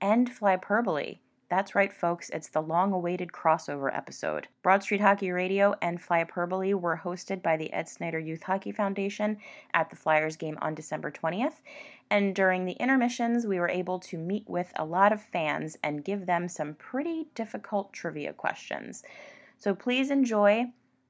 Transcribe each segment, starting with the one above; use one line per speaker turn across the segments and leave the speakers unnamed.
and Flyperbole. That's right, folks, it's the long awaited crossover episode. Broad Street Hockey Radio and Flyperbole were hosted by the Ed Snyder Youth Hockey Foundation at the Flyers game on December 20th. And during the intermissions, we were able to meet with a lot of fans and give them some pretty difficult trivia questions. So please enjoy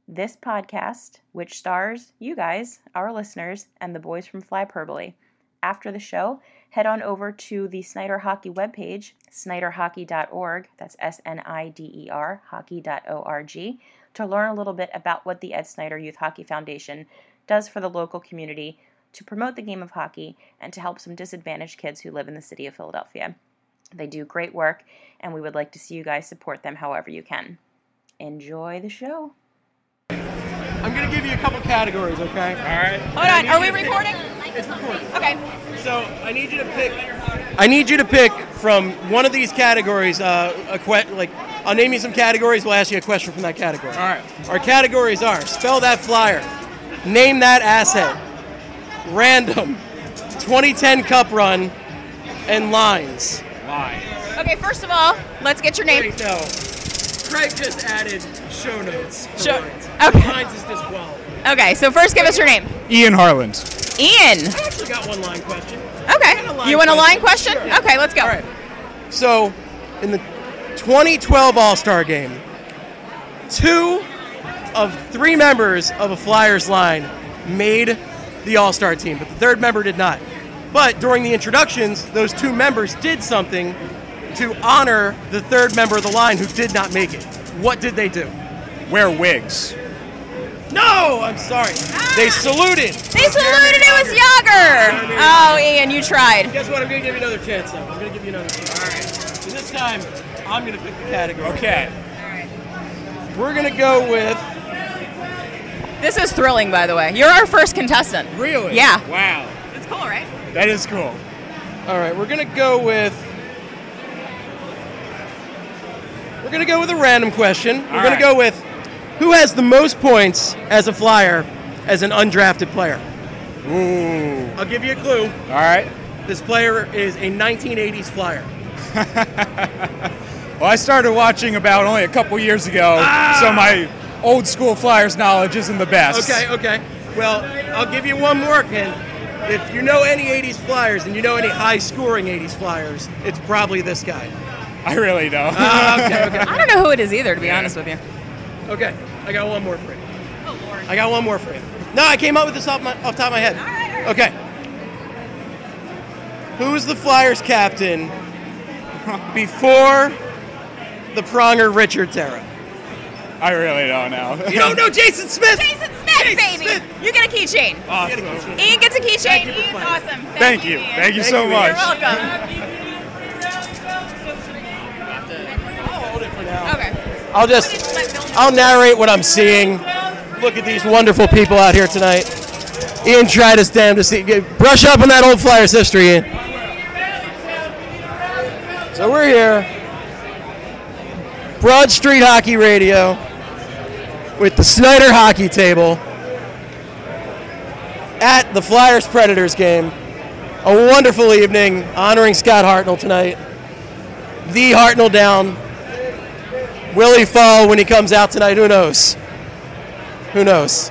this podcast, which stars you guys, our listeners, and the boys from Flyperbole. After the show, head on over to the Snyder Hockey webpage, snyderhockey.org, that's S N I D E R, hockey.org, to learn a little bit about what the Ed Snyder Youth Hockey Foundation does for the local community to promote the game of hockey and to help some disadvantaged kids who live in the city of Philadelphia. They do great work, and we would like to see you guys support them however you can. Enjoy the show.
I'm gonna give you a couple categories, okay? All right.
Hold on, are we recording?
It's recorded.
Okay.
So I need you to pick. I need you to pick from one of these categories. Uh, a que- like, I'll name you some categories. We'll ask you a question from that category. All right. Our categories are: spell that flyer, name that asset, random, 2010 Cup run, and lines.
Okay, first of all, let's get your name.
Wait, no. Craig just added show notes. for
Show-
lines.
okay.
Lines is disqualified.
Okay, so first give us your name.
Ian Harland.
Ian.
I actually got one line question. a
Okay.
line
You want a line question?
question. Sure.
Okay, let's go.
All right. So, in the 2012 All Star game, two of three members of a Flyers line made the All Star team, but the third member did not. But during the introductions, those two members did something to honor the third member of the line who did not make it. What did they do?
Wear wigs.
No, I'm sorry. They saluted.
They saluted, it was Yager. Oh, Ian, you tried.
Guess what? I'm gonna give you another chance. Though. I'm gonna give you another chance. All right. And this time, I'm gonna pick the category.
Okay.
We're gonna go with
This is thrilling, by the way. You're our first contestant.
Really?
Yeah.
Wow.
It's cool, right?
That is cool.
All right, we're gonna go with. We're gonna go with a random question. we're gonna
right.
go with who has the most points as a flyer, as an undrafted player.
Ooh.
I'll give you a clue.
All right.
This player is a 1980s flyer.
Well, I started watching about only a couple years ago, so my old school Flyers knowledge isn't the best.
Okay, okay. Well, I'll give you one more hint. If you know any 80s flyers and you know any high-scoring 80s flyers, it's probably this guy.
I really don't.
Ah, okay, okay.
I don't know who it is either, to be honest with you.
Okay, I got one more for you. I got one more for you. No, I came up with this off, my, off the top of my head. Okay. Who was the Flyers captain before the Pronger Richards era?
I really don't know.
You don't know Jason Smith?
Jason Smith, baby. You get a keychain.
Awesome.
Ian gets a
Thank
keychain.
you for
Ian's
playing.
awesome. Thank,
Thank you.
Ian.
Thank you
Thank
so
you.
much.
You're welcome. Okay.
I'll just, I'll narrate what I'm seeing. Look at these wonderful people out here tonight. Ian tried his damnedest. to see. Brush up on that old Flyers history, Ian. So we're here, Broad Street Hockey Radio, with the Snyder Hockey Table at the Flyers Predators game. A wonderful evening honoring Scott Hartnell tonight. The Hartnell down, Will he fall when he comes out tonight? Who knows? Who knows?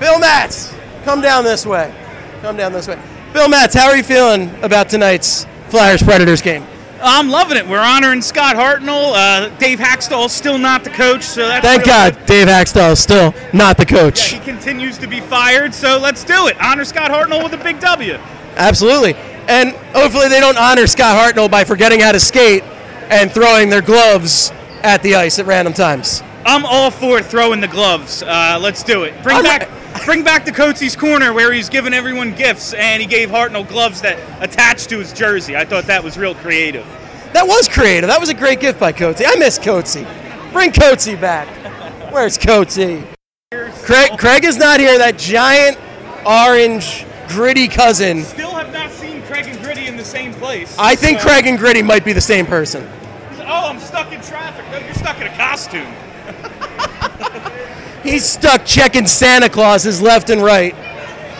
Bill Matz, come down this way. Come down this way. Bill Matz, how are you feeling about tonight's Flyers Predators game?
I'm loving it. We're honoring Scott Hartnell. Uh, Dave Hackstall's still not the coach, so that's
Thank
really
God
good.
Dave Axtell is still not the coach.
He continues to be fired, so let's do it. Honor Scott Hartnell with a big W.
Absolutely. And hopefully they don't honor Scott Hartnell by forgetting how to skate and throwing their gloves at the ice at random times.
I'm all for throwing the gloves. Uh, let's do it. Bring
I'm-
back Bring back the Coatsy's Corner where he's giving everyone gifts and he gave Hartnell gloves that attached to his jersey. I thought that was real creative.
That was creative. That was a great gift by Coatsy. I miss Coatsy. Bring Coatsy back. Where's Coatsy? Craig, Craig is not here. That giant orange gritty cousin.
Still have not seen Craig and Gritty in the same place.
I think Craig and Gritty might be the same person.
Oh, I'm stuck in traffic. No, you're stuck in a costume.
He's stuck checking Santa Clauses left and right.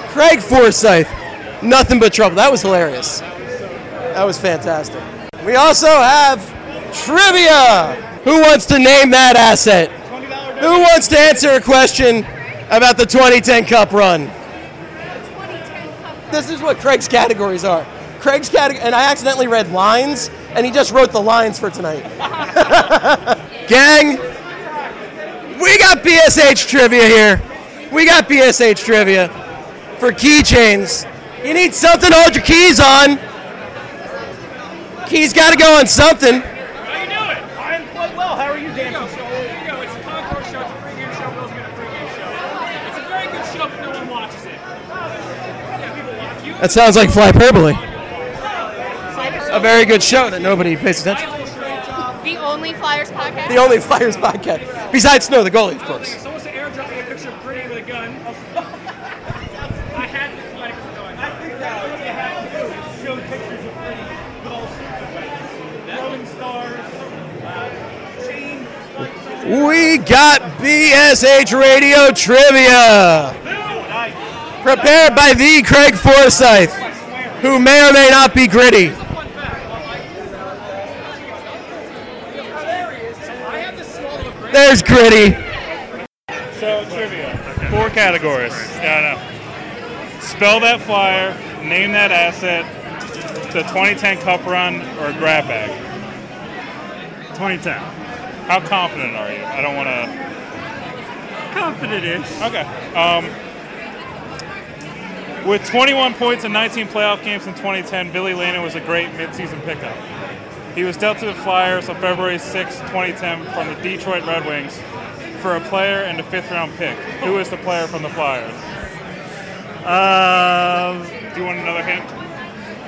Craig Forsyth, nothing but trouble. That was hilarious. That was fantastic. We also have trivia. Who wants to name that asset? Who wants to answer a question about the 2010 Cup run? This is what Craig's categories are. Craig's category, and I accidentally read lines, and he just wrote the lines for tonight. Gang, we got BSH trivia here. We got BSH trivia for keychains. You need something to hold your keys on. Keys got to go on something.
How you doing? I am quite well. How are you, Dan?
That sounds like flyperbole.
Uh,
A very good show that nobody pays attention. to.
The only Flyers podcast.
The only Flyers podcast, besides Snow the goalie, of course.
Someone's air dropped me a picture of Gritty with a gun. I had this flag going. I think that's what you have to do is show pictures of Gritty with all sorts of weapons. Rolling stars, uh, chain, like,
We got BSH Radio Trivia. Prepared by the Craig Forsyth, who may or may not be gritty. There's gritty.
So trivia. Four categories. Yeah, I know. Spell that flyer, name that asset, the 2010 Cup Run, or grab bag.
2010.
How confident are you? I don't want to.
Confident is.
Okay. Um, with 21 points in 19 playoff games in 2010, Billy Landon was a great midseason pickup. He was dealt to the Flyers on February 6, 2010, from the Detroit Red Wings for a player and a fifth round pick. Who is the player from the Flyers?
Um,
Do you want another hint?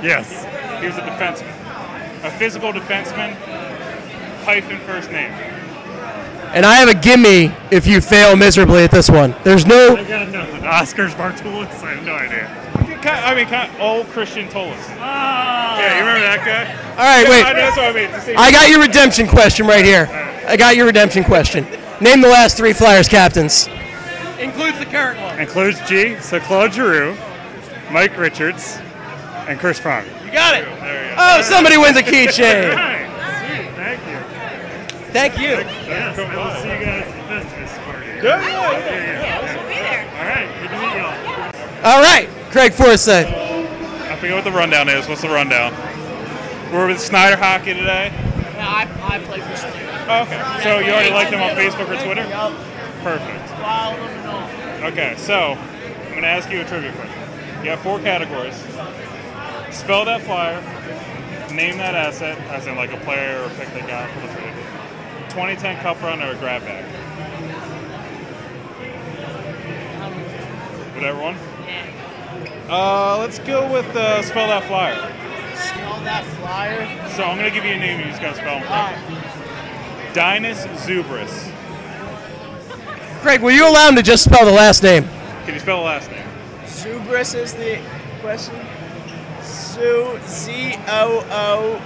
yes.
He was a defenseman. A physical defenseman, hyphen first name.
And I have a gimme if you fail miserably at this one. There's no
I got nothing. Oscars Bartulis. I have no idea. Ah.
I mean, kind of old Christian Tolis. Yeah, you remember that guy?
All right,
Yeah,
wait.
I know, that's what I mean. It's the same-
I got your redemption question right here. I got your redemption question. Name the last three Flyers captains. Includes the current one.
Includes G. So Claude Giroux, Mike Richards, and Chris Pronger.
You got it. Oh, somebody wins a keychain.
Thank you.
Thank you.
Yes, I will see you guys at the business party. All right. Good to meet y'all.
All right, Craig Forsyth.
I forget what the rundown is. What's the rundown? We're with Snyder Hockey today.
I, I play for Slayer.
Oh, okay. So you already liked him on Facebook or Twitter? Perfect. Okay, so I'm going to ask you a trivia question. You have four categories. Spell that flyer, name that asset, as in like a player or pick they got for the trade. 2010 Cup Run or a grab bag? Whatever one? Uh, let's go with uh, spell that flyer.
Smell that flyer.
So I'm gonna give you a name. You just gotta spell them. Dinas Zubris.
Craig, will you allow him to just spell the last name?
Can you spell the last name?
Zubris is the question. Su Z O O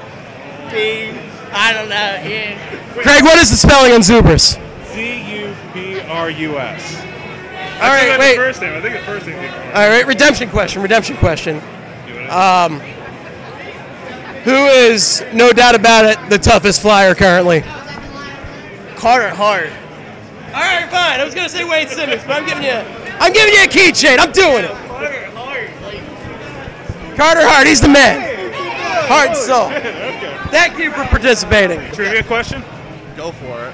B. I don't know. Yeah.
Craig, what is the spelling on Zubris?
Z U B R U S.
All right,
The
wait.
first name. I think the first name.
All right, redemption question. Redemption question. Um, who is no doubt about it the toughest flyer currently?
Carter Hart.
All right, fine. I was gonna say Wayne Simmons, but I'm giving you. I'm giving you a keychain. I'm doing it. Carter Hart, he's the man. Heart and soul. Thank you for participating.
Trivia question.
Go for it.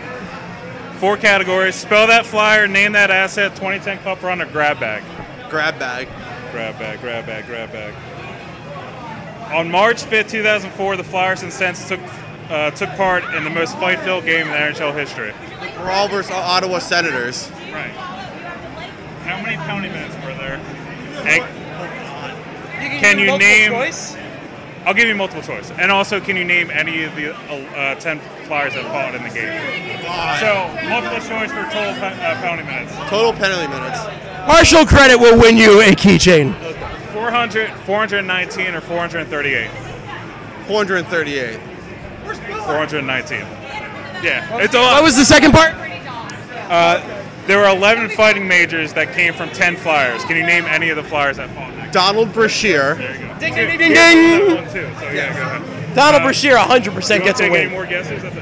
Four categories. Spell that flyer. Name that asset. 2010 Cup Run or grab bag.
Grab bag.
Grab bag. Grab bag. Grab bag. On March 5th, 2004, the Flyers and Sens took uh, took part in the most fight-filled game in NHL history.
We're all versus Ottawa Senators.
Right. How many county minutes were there?
can
can,
do
you
multiple
name?
choice?
I'll give you multiple choice, and also can you name any of the uh, ten flyers that fought in the game? So multiple choice for total pe- uh, penalty minutes.
Total penalty minutes.
Partial credit will win you a keychain.
400, 419 or 438?
438.
419. Yeah, it's a lot.
What was the second part?
Uh, there were 11 fighting majors that came from 10 flyers. Can you name any of the flyers that fought?
Donald Brashear.
Ding,
ding, ding, ding, ding.
One, too. So, yeah, go ahead.
Donald Brashear 100%
you
gets a
wanna take Any
win.
more guesses? at the-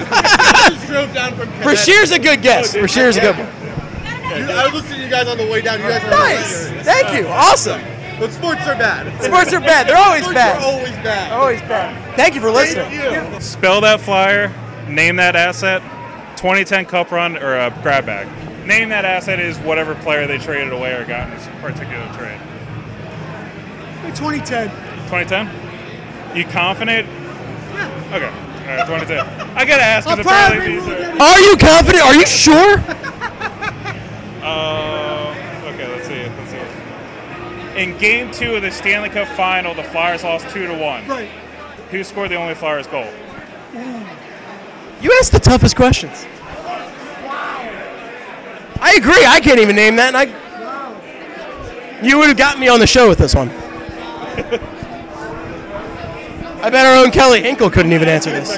drove down from
Brashear's a good guess. Brashear's a good one.
You- I was listening to you guys on the way down. You guys are
Nice. Thank you. Awesome.
But sports are bad.
Sports are bad. They're always
Sports
bad.
Are always bad.
Always bad. Thank you for listening.
Spell that flyer, name that asset, 2010 cup run, or a grab bag. Name that asset is whatever player they traded away or got in this particular trade.
2010.
2010? You confident? Okay. All right, 2010. I gotta ask
I'll
because
probably
apparently these are.
Are you confident? Are you sure?
Uh, okay, let's see. it, Let's see. it. In game two of the Stanley Cup final, the Flyers lost 2 to 1.
Right.
Who scored the only Flyers goal?
You asked the toughest questions. I agree. I can't even name that. And I, you would have gotten me on the show with this one. I bet our own Kelly Hinkle couldn't even answer this.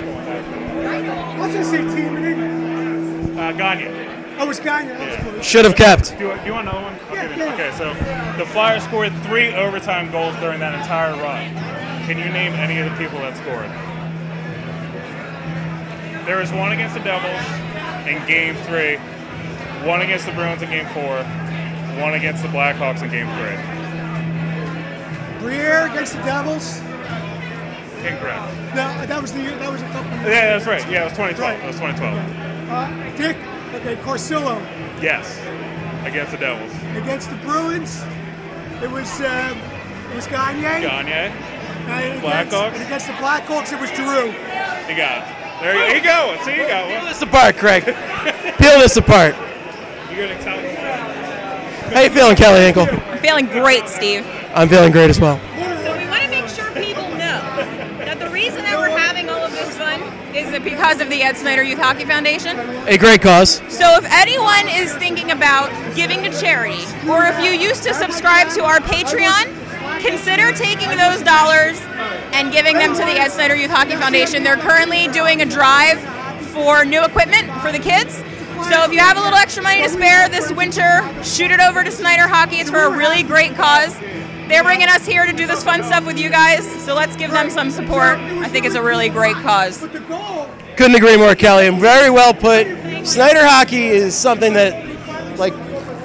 What's his team name?
Uh, Gagne.
Oh, it's Gagne. That's close.
Should have kept.
Do you, do you want another one? Okay, then. okay, so the Flyers scored three overtime goals during that entire run. Can you name any of the people that scored? There was one against the Devils in game three, one against the Bruins in game four, one against the Blackhawks in game three.
Briere against the Devils.
Incorrect.
No, that was the year. That was a couple. years
Yeah, that's
ago.
right. Yeah, it was 2012. It was 2012.
Uh, Dick. Okay, Corsillo
Yes, against the Devils.
against the Bruins. It was uh, it was Gagne.
Gagne.
And against,
Blackhawks.
and against the Blackhawks, it was Giroux.
You got it. There you, you go. See, you got one.
This apart, Craig. Peel this apart.
You're gonna tell me.
How you feeling, Kelly Hinkle?
I'm feeling great, Steve.
I'm feeling great as well.
So we want to make sure people know that the reason that we're having all of this fun is that because of the Ed Snyder Youth Hockey Foundation.
A great cause.
So if anyone is thinking about giving to charity, or if you used to subscribe to our Patreon, consider taking those dollars and giving them to the Ed Snyder Youth Hockey Foundation. They're currently doing a drive for new equipment for the kids. So if you have a little extra money to spare this winter, shoot it over to Snyder Hockey. It's for a really great cause. They're bringing us here to do this fun stuff with you guys, so let's give them some support. I think it's a really great cause.
Couldn't agree more, Kelly, and very well put. Snyder hockey is something that, like,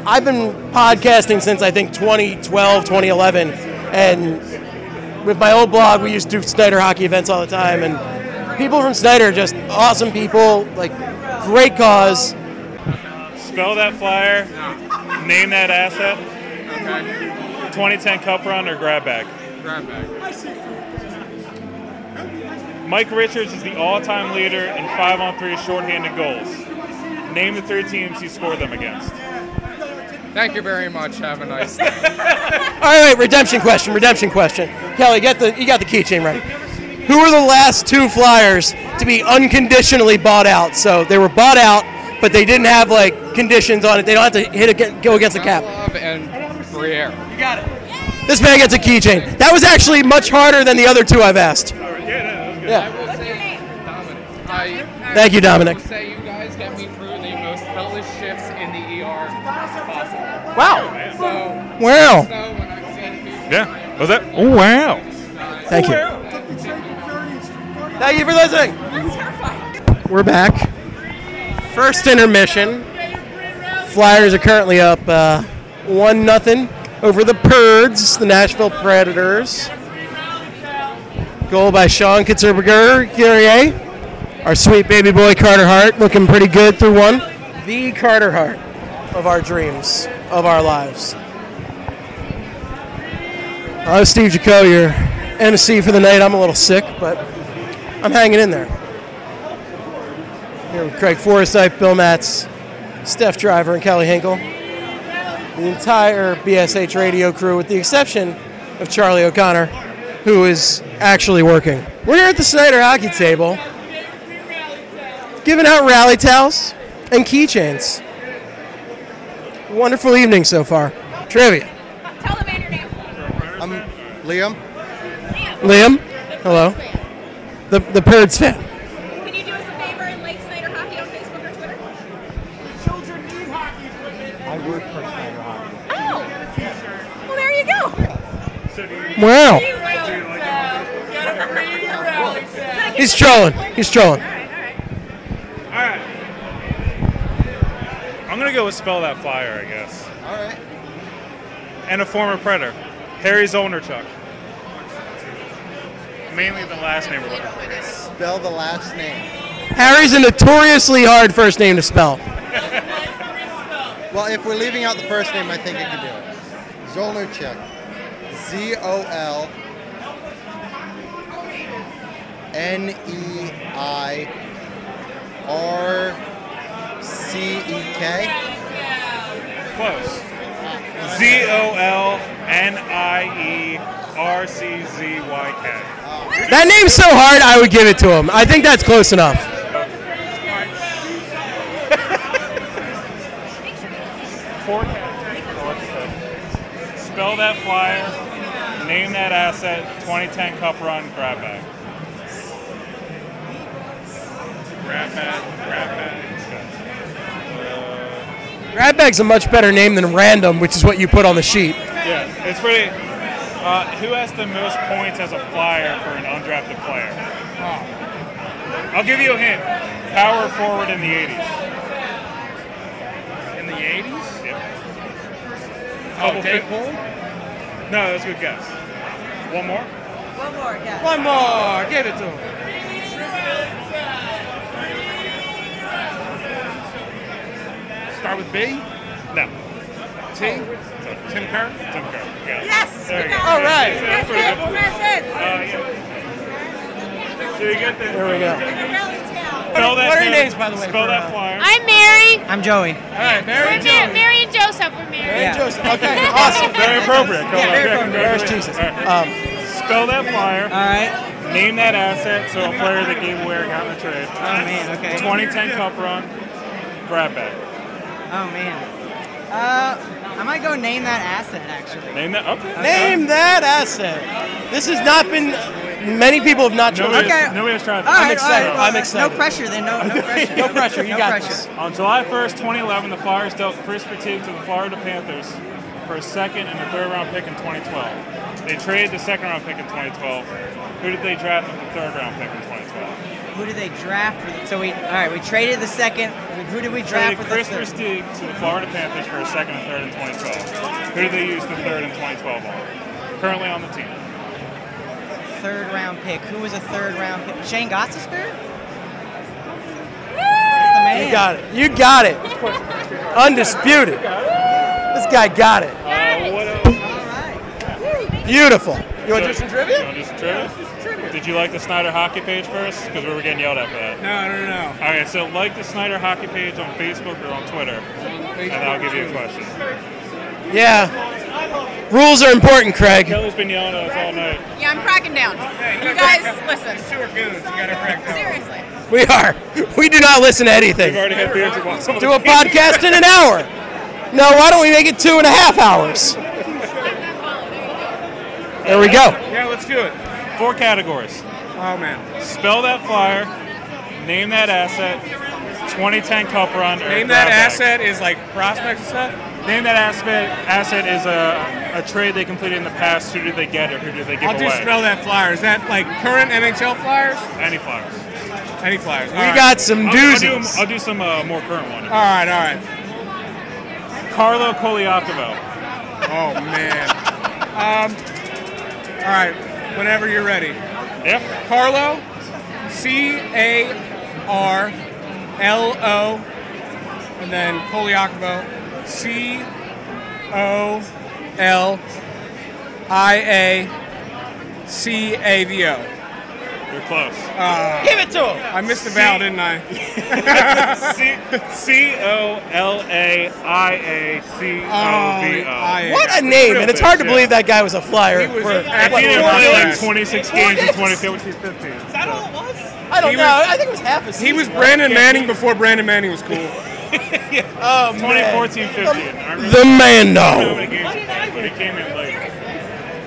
I've been podcasting since I think 2012, 2011, and with my old blog, we used to do Snyder hockey events all the time, and people from Snyder are just awesome people, like, great cause.
Spell that flyer. Name that asset. 2010 Cup Run or Grab Bag.
Grab bag.
Mike Richards is the all-time leader in five-on-three shorthanded goals. Name the three teams he scored them against.
Thank you very much. Have a nice
All right, redemption question, redemption question. Kelly, get the you got the keychain ready. Who were the last two Flyers to be unconditionally bought out? So they were bought out, but they didn't have like conditions on it. They don't have to hit a, go against the cap.
love and Briere. You got it.
This man gets a keychain. That was actually much harder than the other two I've asked. Oh.
I will say, Dominic. I,
Thank you, Dominic.
I will say you guys get me through the most hellish shifts in the ER possible.
Wow.
So,
Wow.
So when I said
Yeah. Was that? Oh wow.
Thank you. Thank you for listening. We're back. First intermission. Flyers are currently up uh, one nothing over the Purds, the Nashville Predators. Goal by Sean Kitzerberger, Guerrier. Our sweet baby boy Carter Hart looking pretty good through one. The Carter Hart of our dreams, of our lives. I'm Uh, Steve Jaco, your NC for the night. I'm a little sick, but I'm hanging in there. Here with Craig Forsythe, Bill Matz, Steph Driver, and Kelly Hinkle. the entire BSH radio crew, with the exception of Charlie O'Connor, who is actually working. We're here at the Snyder Hockey Table, giving out rally towels and keychains. Wonderful evening so far. Trivia.
Tell the man your name.
I'm Liam.
Liam, hello. The the Pirds fan.
Can you do us a favor and like Snyder Hockey on Facebook or Twitter? Children need hockey equipment.
I work for Snyder Hockey.
Oh. Well, there you go. So do you
Wow.
Do you like Get a free rally towel.
He's trolling. He's trolling.
All right. I'm gonna go with spell that flyer, I guess. All right. And a former predator, Harry Zolnerchuk. Mainly the last name. we're looking for.
Spell the last name.
Harry's a notoriously hard first name to spell.
Well, if we're leaving out the first name, I think I can do it. Zolnerchuk. Z O L N E I R C E K.
Close. Z O L N I E R C Z Y K.
That name's so hard, I would give it to him. I think that's close enough.
Four cats. Spell that flyer. Name that asset. 2010 Cup Run grab bag. Grab bag. Grab bag. Okay. Uh,
Grab bag's a much better name than random, which is what you put on the sheet.
Yeah, it's pretty. Uh, who has the most points as a flyer for an undrafted player? I'll give you a hint. Power forward in the 80s. In the 80s? Yep.
Oh, Dave
fi- No, that's a good guess. One more?
One more, yeah.
One more. Give it to him.
Start with B? No. T? Tim Kerr? Tim Kerr. Yeah. Uh,
Yes.
There
we
you
got
go.
it.
Yeah,
That's
pretty
it.
good. So you get the.
There we go.
Spell that
What are your
name.
names, by the way,
Spell
for,
that
uh,
flyer.
I'm Mary.
I'm Joey.
All right,
Mary,
Mary
we're Mar-
Jones.
Mary and Joseph. We're married.
Mary Joseph. Okay, awesome.
Very appropriate. Come
Yeah,
on.
very
Yeah,
appropriate. Marriage Jesus.
congratulations. All right. Spell that flyer. All right. Name that asset so a player that gave away or got in a trade. Oh man. Okay. 2010 Cup Run. Grab bag.
Oh man. Uh, I might go name that asset actually.
Name that. Okay.
Name that asset. This has not been. Many people have not chosen.
Nobody was trying.
I'm excited. I'm excited.
No pressure then. No, no pressure.
No pressure, you
no
got
pressure.
this.
On July 1st, 2011, the Flyers dealt Chris Petit to the Florida Panthers for a second and a third round pick in 2012. They traded the second round pick in 2012. Who did they draft with the third round pick in 2012?
Who did they draft? With? So we all right. We traded the second. Who did we draft
Traded
with
Chris
the third?
Christie to the Florida Panthers for a second and third in 2012. Who did they use the third in 2012 on? Currently on the team.
Third round pick. Who was a third round pick? Shane Gossespierre.
You got it. You got it. Undisputed. This guy got it. Beautiful. You want to do some trivia?
You want to do some trivia? Did you like the Snyder hockey page first? Because we were getting yelled at for that.
No, no, no.
All right, so like the Snyder hockey page on Facebook or on Twitter, and I'll give you a question.
Yeah. Rules are important, Craig.
Kelly's been yelling at us all night.
Yeah, I'm cracking down. You guys, listen. Sewer goons. You gotta
crack
down. Seriously.
We are. We do not listen to anything.
We've already had beers and wine.
Do a podcast in an hour. No, why don't we make it two and a half hours? There we go.
Yeah, let's do it. Four categories. Oh man. Spell that flyer. Name that asset. 2010 Cup Run. or
Name that
grab bag.
asset is like prospects and stuff.
Name that asset. Asset is a, a trade they completed in the past. Who did they get or who did they give
I'll
away?
do spell that flyer. Is that like current NHL flyers?
Any flyers.
Any flyers.
We
got
some
I'll, I'll do,
doozies.
I'll do some uh, more current one. All
right, all right.
Carlo Koliakovo.
Oh man. Um. All right. Whenever you're ready.
Yep.
Carlo. C A R L O, and then Koliakovo. C O L I A C A V O.
You're close.
Uh,
Give it to him.
I missed the vowel, didn't I?
C O L A I A C O
Oh,
V O.
What a name, and it's hard to believe that guy was a flyer.
He was
for,
an
what,
actual
four
player.
games?
Like 26 games in
2015.
Is that all it was? I don't
He
know.
was-
I think it was half a season.
He was Brandon Manning before Brandon Manning was cool.
Oh,
2014
The man dog.
But he came in late.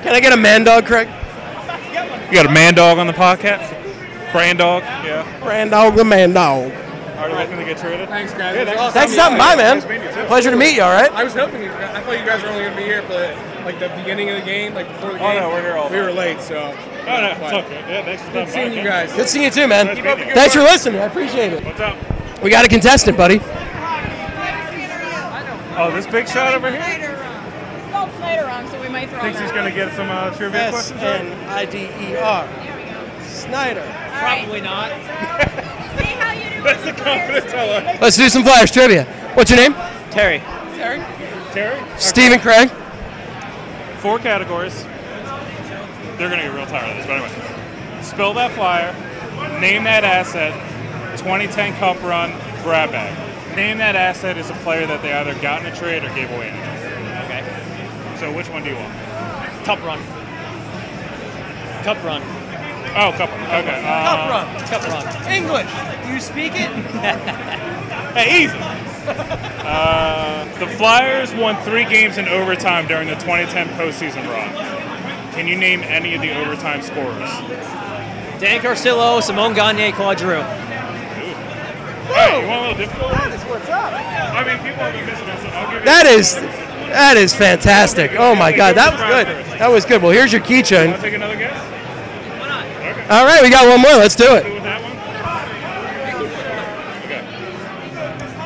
Can I get a man dog, Craig?
You got a man dog on the podcast? Brand dog? Yeah.
Brand dog, the man dog.
Are you looking to get traded?
Thanks, guys.
Yeah,
It's
thanks.
awesome.
Thanks for stopping by, man.
Nice meeting you, too.
Pleasure to meet you, all right?
I was hoping you. I thought you guys were only going to be here for like the beginning of the game, like before the
Oh,
game.
no, we're here all
We were late, so.
Oh, No, no, it's okay. Yeah, thanks for
Good
stopping
seeing
by,
you
man.
guys.
Good seeing you too, man.
Nice meeting you.
Thanks for listening. I appreciate it.
What's up?
We got a contestant, buddy.
Oh, this big shot over here?
uh, Spelled uh, Snyder wrong, so we might throw
Thinks
him
he's
out.
going to get some uh, trivia
S
questions.
N I D E R. Snyder.
Probably
not.
That's the confidence I like.
Let's do some flyers trivia. What's your name?
Terry.
Terry?
Terry?
Stephen Craig.
Four categories. They're going to get real tired of this, but anyway. Spill that flyer, name that asset, 2010 Cup run, grab bag. Name that asset is a player that they either got in a trade or gave away in a trade. Okay. So which one do you want? Cup run. Cup run. Oh, cup run. Okay.
Cup
uh,
run. Cup run. English. Do you speak it?
Hey, easy. Uh, the Flyers won three games in overtime during the 2010 postseason run. Can you name any of the overtime scorers?
Dan Carcillo, Simone Gagne, Claude Giroux.
Hey, you want a little difficult? That is what's up. I mean, people have been missing us. so I'll give you
That is that is fantastic. Oh my god, that was good. That was good. Well, here's your
Want to
keychain.
take another guess?
All right, we got one more. Let's do it.
With that one?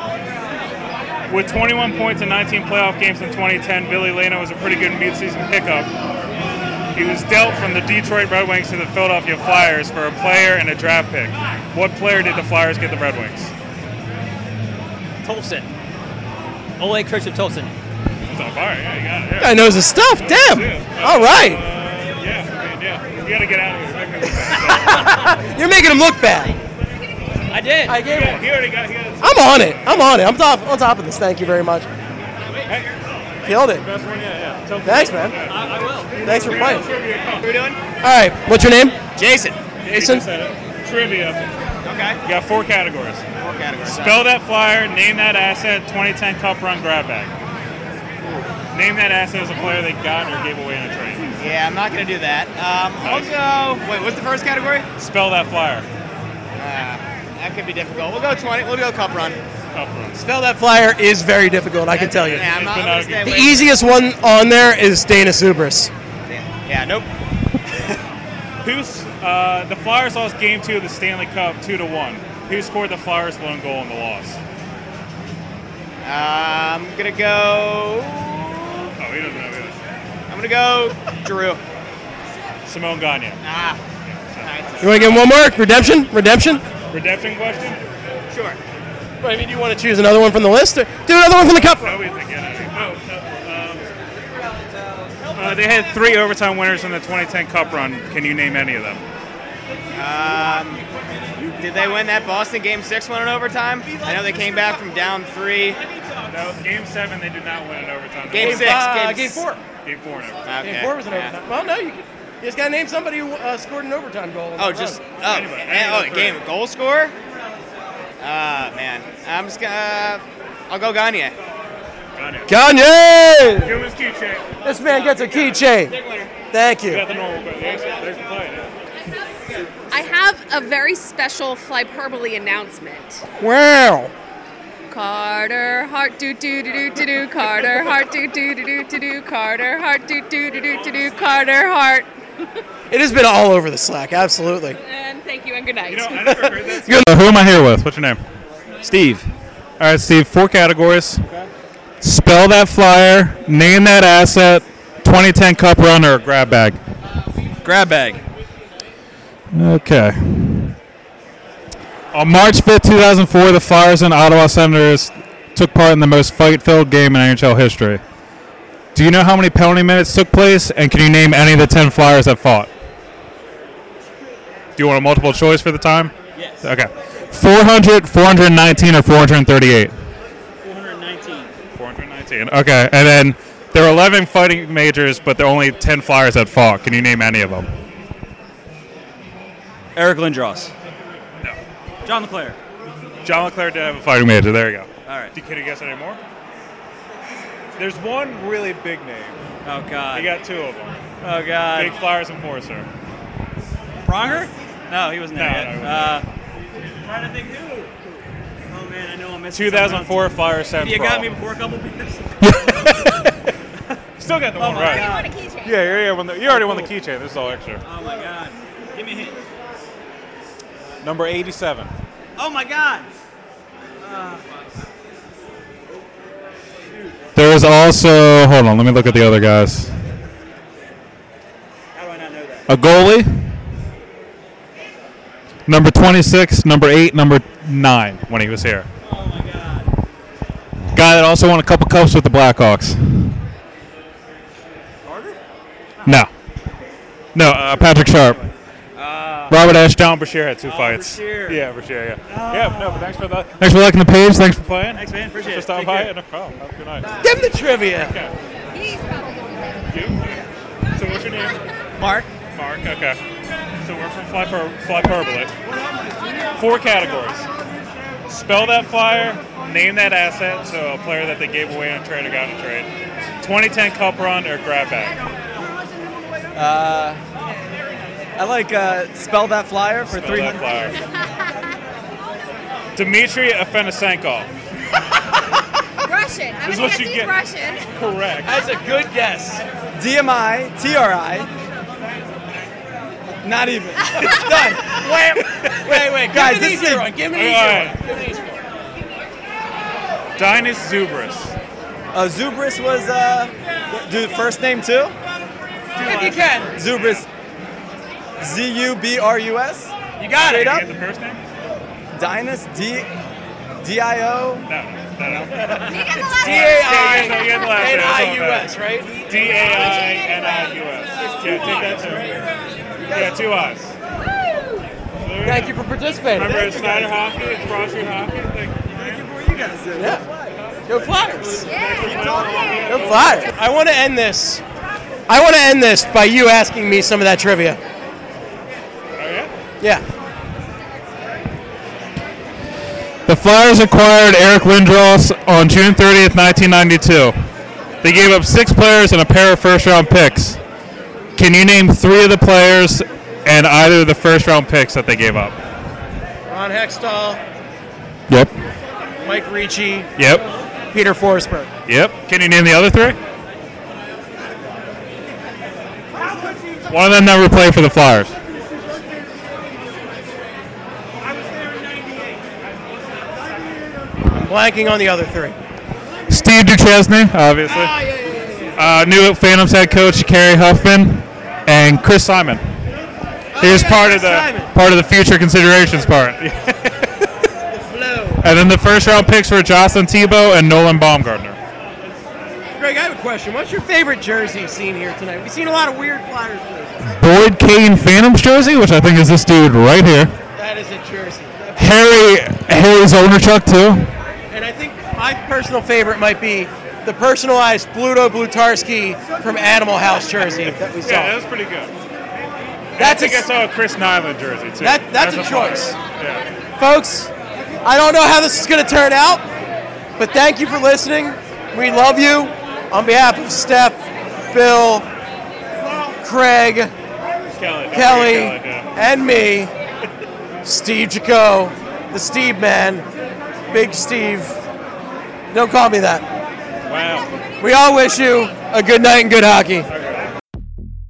Okay. With 21 points in 19 playoff games in 2010, Billy Leno was a pretty good midseason pickup. He was dealt from the Detroit Red Wings to the Philadelphia Flyers for a player and a draft pick. What player did the Flyers get the Red Wings?
Tolson. Ole Christian Tolson.
It's on fire. Yeah, you got it.
Guy knows his stuff. Damn. All right.
Yeah, you got to get out of here.
You're making him look bad.
I did. I
gave
it. He already got. He got
I'm on it. I'm on it. I'm top on top of this. Thank you very much. Killed it.
Best one, yeah, yeah. Tell
Thanks,
people.
man.
Yeah.
I, I will.
Thanks for playing.
What are we doing?
All right. What's your name?
Jason.
Jason.
Trivia. Okay. You got four categories.
Four categories.
Spell that flyer, name that asset, 2010 Cup Run grab bag. Name that asset as a player they got or gave away in a trade.
Yeah, I'm not gonna do that. Um, I'll go. Wait, what's the first category? Uh,
Spell that flyer.
That could be difficult. We'll go 20. We'll go cup run.
Cup run.
Spell that.
That flyer is very difficult. I can tell you.
Yeah, I'm not, I'm gonna stay
The
away.
easiest one on there is Dana Subras.
Yeah, nope.
Who's uh, the Flyers lost Game Two of the Stanley Cup two to one? Who scored the Flyers' lone goal in the loss?
I'm gonna go.
Oh, he doesn't know who it
I'm gonna go. Drew.
is. Simone Gagne.
Ah.
You want to give him one more redemption? Redemption?
Redemption question?
Sure.
I mean, do you want to choose another one from the list? Or do another one from the cup.
No, we didn't get any. Oh, no, um, uh, they had three overtime winners in the 2010 Cup run. Can you name any of them?
Um, did they win that Boston game six one in overtime? I know they came back from down three.
No, game seven they did not win in overtime.
Game Game six, five, game game s-
four.
Game four in overtime.
Okay.
Game four was an
yeah.
overtime. Well, no, you, could, you just got to name somebody who uh, scored an overtime goal. in the
Oh,
run.
just oh,
Anybody,
eh,
anybody
oh,
for
game
it.
goal scorer. Ah man, I'm just gonna. Uh, I'll go Gagne.
Kanye!
Give him his key check.
This man gets a keychain. Thank
You
you.
got the normal question. Thanks, thanks for playing. yeah.
I have a very special Flyperbole announcement.
Wow.
Carter Hart do do do do do do Carter Hart do do do do do do Carter Hart do do do do do do Carter Hart.
It has been all over the slack, absolutely.
And thank you and good night.
So who am I here with? What's your name?
Steve.
All right, Steve. Four categories. Spell that flyer. Name that asset. 2010 Cup run or grab bag.
Grab bag.
Okay. On March 5th, 2004, the Flyers and Ottawa Senators took part in the most fight filled game in NHL history. Do you know how many penalty minutes took place, and can you name any of the 10 Flyers that fought? Do you want a multiple choice for the time?
Yes.
Okay. 400, 419, or 438?
419.
419. Okay. And then there are 11 fighting majors, but there are only 10 flyers that fought. Can you name any of them?
Eric Lindros.
John LeClaire.
John LeClaire did have a fighting major. There you go.
All right.
Can you guess any more? There's one really big name.
Oh God.
You got two of them.
Oh God.
Big Flyers enforcer.
Pronger? No, he wasn't
No,
there
no,
yet.
he wasn't
uh,
Trying to think who. Oh man, I know I'm missing.
2004 Flyer
someone.
Central.
You got me before a couple beers.
Still got the
one
Oh
one right.
right.
Yeah, you already won the, you already won the keychain. This is all extra.
Oh my god. Give me a hint.
Number 87.
Oh my god. Uh,
There is also. Hold on, let me look at the other guys. How do I not know that? A goalie. Number 26, number 8, number 9 when he was here. Oh my God. Guy that also won a couple cups with the Blackhawks. No. No, uh, Patrick Sharp.
Uh,
Robert Ash, John Bashir had two
Oh,
fights. Yeah, Bashir, yeah. Yeah, no, but thanks for that. Thanks for liking the page. Thanks for playing.
Thanks, man. Appreciate
Thanks for
it.
stopping
Take
by. oh,
care.
No problem. Have a good night.
Give him the trivia.
So what's your name?
Mark.
Mark. Okay. So we're from Fly, Pur- Fly Purple. Four categories. Spell that flyer. Name that asset. So a player that they gave away on trade or got in a trade. 2010 Cup Run or grab bag.
Uh, I like uh, spell that flyer for
Spell
three
that
hundred.
flyer. Dmitry Afanasenko.
Russian. I'm
This is
gonna
what
guess
you
he's
get.
Russian.
Correct.
That's a good guess. DMI, TRI. Not even. It's done. Wait, wait, wait, guys.
Give
This
me
is
an
a-
easier one. Give me an
All
easier
right.
one. Give me an easier one.
Dinas Zubris.
Uh, Zubris was uh, dude, first name too.
If you can.
Zubris. Z U B R U S.
You got
Straight
it.
up.
You get the first name?
Dinas D. D I O.
No, no.
D-A-I-
Yeah, you get the last name. That's
N-I-U-S,
all that matters.
right?
D A I N I U S. Yeah, take that too. Yeah, two I's.
Thank you for participating.
Remember, it's Snyder Hockey, it's Broad Street Hockey.
Yeah. Go Flyers.
Go Flyers. I want to end this. I want to end this by you asking me some of that trivia. Yeah.
The Flyers acquired Eric Lindros on June 30th, 1992. They gave up six players and a pair of first round picks. Can you name three of the players and either of the first round picks that they gave up?
Ron Hextall,
Yep.
Mike Ricci,
Yep.
Peter Forsberg.
Yep. Can you name the other three? One of them never played for the Flyers.
I'm blanking on the other three.
Steve Duchesne, obviously. Uh, new Phantoms head coach Kerry Huffman and Chris Simon. He was
Oh,
part of the part of the future considerations part. And then the first round picks were Jocelyn Tebow and Nolan Baumgartner.
Greg, I have a question. What's your favorite jersey seen here tonight? We've seen a lot of weird Flyers jerseys.
Boyd Kane Phantoms jersey, which I think is this dude right here.
That is a jersey.
Harry Harry Zolnerchuk too.
And I think my personal favorite might be the personalized Bluto Blutarski from Animal House jersey that we saw.
Yeah, that was pretty good.
That's
I think
a-
I saw a Chris Nyland jersey too.
That- that's a
flyer.
choice.
Yeah.
Folks, I don't know how this is going to turn out, but thank you for listening. We love you. On behalf of Steph, Bill, Craig,
Kelly,
Kelly,
yeah.
and me, Steve Jaco, the Steve Man, Big Steve. Don't call me that.
Wow.
We all wish you a good night and good hockey.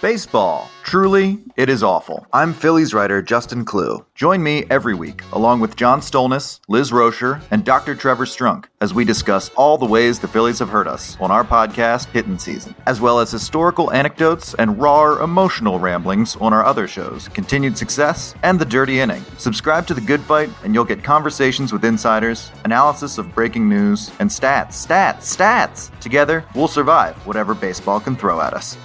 Baseball. Truly, it is awful. I'm Phillies writer Justin Clue. Join me every week, along with John Stolness, Liz Rocher, and Dr. Trevor Strunk, as we discuss all the ways the Phillies have hurt us on our podcast, Hidden Season, as well as historical anecdotes and raw emotional ramblings on our other shows, Continued Success and The Dirty Inning. Subscribe to The Good Fight, and you'll get conversations with insiders, analysis of breaking news, and stats, stats, stats. Together, we'll survive whatever baseball can throw at us.